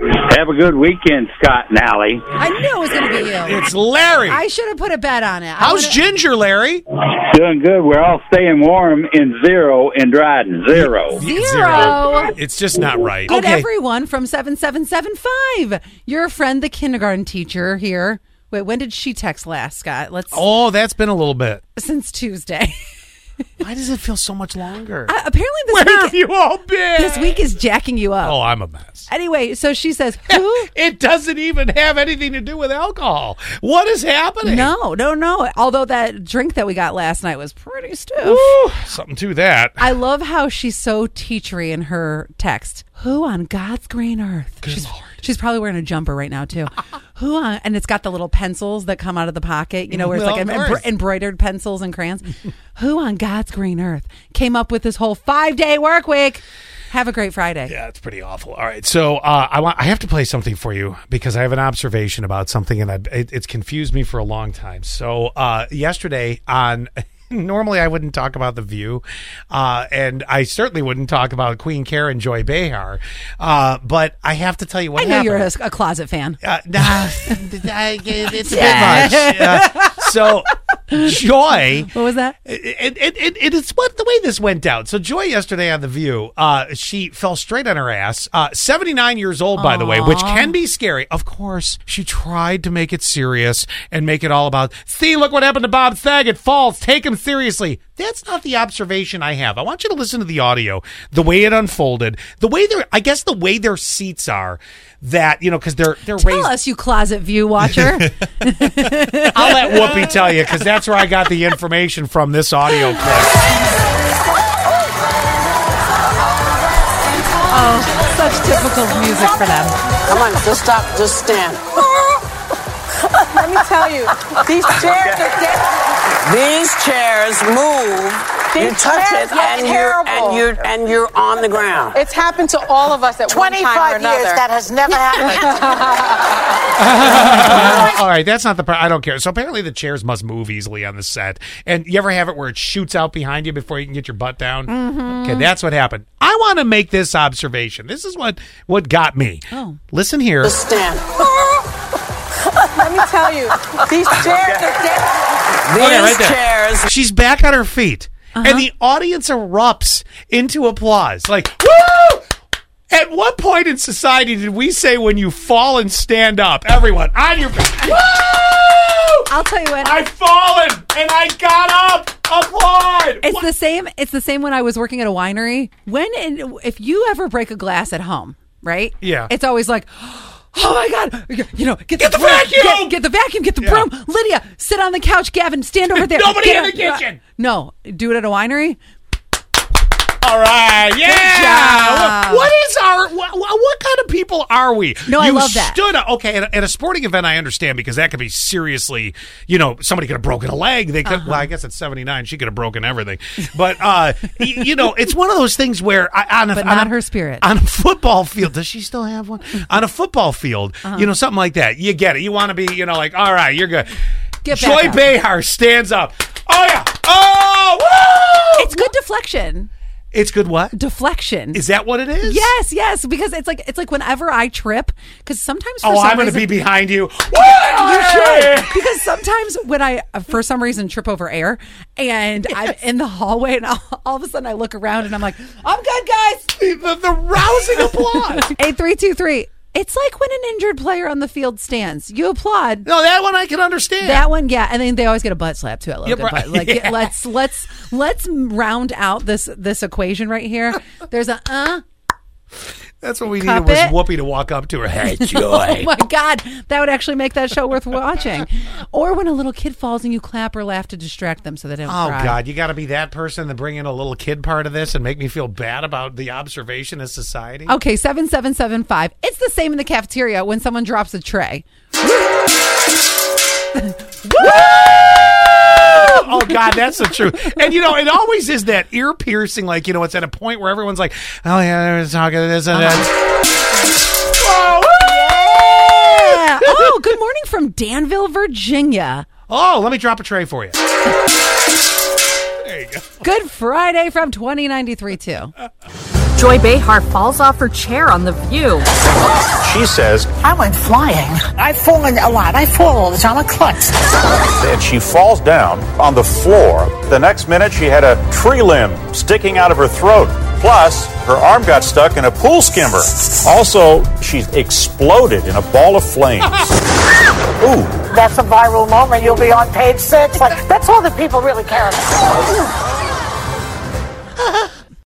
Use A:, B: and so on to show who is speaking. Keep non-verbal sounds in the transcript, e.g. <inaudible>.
A: Have a good weekend, Scott and Allie.
B: I knew it was going to be you.
C: It's Larry.
B: I should have put a bet on it. I
C: How's
B: would've-
C: Ginger, Larry?
A: Doing good. We're all staying warm in zero in Dryden. Zero.
B: Zero.
C: It's just not right.
B: Good
C: okay.
B: everyone from 7775. Your friend, the kindergarten teacher here. Wait, when did she text last, Scott? Let's
C: oh, that's been a little bit.
B: since Tuesday. <laughs>
C: Why does it feel so much longer?
B: Uh, apparently this
C: Where
B: week
C: have you all been?
B: this week is jacking you up.
C: Oh, I'm a mess.
B: Anyway, so she
C: <laughs>
B: says, "Who?
C: It doesn't even have anything to do with alcohol. What is happening?
B: no, no, no." Although that drink that we got last night was pretty stiff.
C: Woo, something to that.
B: I love how she's so teachery in her text. Who on God's green earth? she's,
C: Lord.
B: she's probably wearing a jumper right now
C: <laughs>
B: too. Who on? And it's got the little pencils that come out of the pocket, you know, where it's
C: Well,
B: like
C: of
B: em- embro-
C: course.
B: embroidered pencils and
C: <laughs>
B: crayons. Who on God's green earth came up with this whole five day work week? Have a great Friday.
C: Yeah, it's pretty awful. All right, so uh, I want I have to play something for you because I have an observation about something, and I, it, it's confused me for a long time. So uh, yesterday on. <laughs> Normally, I wouldn't talk about The View, uh, and I certainly wouldn't talk about Queen Karen and Joy Behar. Uh, but I have to tell you what
B: I know
C: happened.
B: you're a, a closet fan.
C: Uh, nah, <laughs> it's a bit much. Uh, so, Joy.
B: What was that?
C: It, it, it, it is what the way this went down. So Joy yesterday on the View, uh, she fell straight on her ass. Uh, Seventy nine years old, by the way, which can be scary. Of course, she tried to make it serious and make it all about. See, look what happened to Bob Saget. Falls. Take him seriously. That's not the observation I have. I want you to listen to the audio, the way it unfolded, the way their, I guess, the way their seats are. That you know, because they're they're
B: Tell
C: raised.
B: us, you closet view
C: <laughs>
B: watcher.
C: I'll let Whoopi tell you because that's where I got the information from this audio clip.
B: oh, such typical music for them.
D: Come on, just stop, just stand.
E: Let me tell you, these chairs are dead.
D: These chairs move. you
E: These
D: touch
E: chairs
D: it,
E: look
D: and you're and
E: terrible.
D: you're and you're on the ground.
E: It's happened to all of us at one time or
F: 25
E: another.
F: years that has never happened.
C: all right, that's not the part. I don't care. So apparently the chairs must move easily on the set. And you ever have it where it shoots out behind you before you can get your butt down? Okay, that's what happened. I want to make this observation. This is what what got me.
B: Oh.
C: Listen here.
D: Just
E: <laughs>
D: stand.
E: Let me tell you, these chairs are dead.
D: These
C: right there.
D: chairs
C: She's back on her feet, and the audience erupts into applause, like woo! At what point in society did we say when you fall and stand up, everyone on your feet? Woo!
B: I'll tell you what.
C: I've fallen and I got up. Applaud.
B: It's
C: What-
B: the same. It's the same when I was working at a winery. When and if you ever break a glass at home, right?
C: Yeah.
B: It's always like, oh my god, you know, get,
C: Get the
B: broom,
C: vacuum!
B: get, get the vacuum, get the
C: Yeah.
B: broom. Lydia, sit on the couch. Gavin, stand over there.
C: <laughs> Nobody
B: Get
C: in the
B: up.
C: kitchen.
B: No, do it at a winery.
C: All right. Yeah.
B: job.
C: What- what is our what, what- what kind of people are we?
B: No, I
C: you
B: love that.
C: Stood up, okay at a, at a sporting event. I understand because that could be seriously. You know, somebody could have broken a leg. They could.
B: Uh-huh.
C: Well, I guess at seventy nine, she could have broken everything. But uh, y- you know, it's one of those things where I, on a,
B: But
C: on
B: not
C: a-
B: her spirit.
C: on a football field. Does she still have one? on a football field,
B: Uh-huh.
C: you know, something like that. You get it. You want to be, you know, like all right, you're good.
B: Get back
C: Joy
B: up.
C: Behar stands up. Oh yeah. Oh. Woo!
B: It's good deflection.
C: It's good. What
B: Deflection.
C: is that? What it is?
B: yes, yes, because it's like it's like whenever I trip, because sometimes for
C: Oh,
B: some
C: I'm going to
B: reason-
C: be behind you.
B: You should. Because sometimes when I, uh, for some reason, trip over air and I'm in the hallway and all, all of a sudden I look around and I'm like, I'm good, guys.
C: The, the, the
B: <laughs>
C: rousing applause.
B: 8323. It's like when an injured player on the field stands. You applaud.
C: No, that one I can understand.
B: That one, yeah, and then they always get a butt slap too. I love
C: Yeah,
B: good
C: right.
B: butt. <laughs> Like
C: Yeah.
B: let's let's let's round out this this equation right here. There's a uh, <laughs>
C: That's what we
B: Cup
C: needed
B: it.
C: was Whoopi to walk up to her. Hey, Joy.
B: <laughs> Oh my God, that would actually make that show worth watching. Or when a little kid falls and you clap or laugh to distract them so they don't.
C: Oh
B: cry.
C: God! You got to be that person to bring in a little kid part of this and make me feel bad about the observation of society.
B: Okay, 7775. It's the same in the cafeteria when someone drops a tray.
C: oh God, that's the
B: <laughs>
C: truth. And you know, it always is that ear piercing. Like you know, it's at a point where everyone's like, "Oh yeah, they're talking this and
B: Uh-huh.
C: that."
B: Yeah. oh, good morning from Danville, Virginia.
C: Oh, let me drop a tray for you. there you go.
B: Good Friday from 2093, too.
F: Joy Behar falls off her chair on The View.
G: She says
H: I went flying. I've fallen a lot. I fall all the time. I'm a klutz.
G: that she falls down on the floor. The next minute, she had a tree limb sticking out of her throat. Plus, her arm got stuck in a pool skimmer. Also, she's exploded in a ball of flames. Ooh,
H: That's a viral moment. You'll be on page six. Like, that's all that people really care about.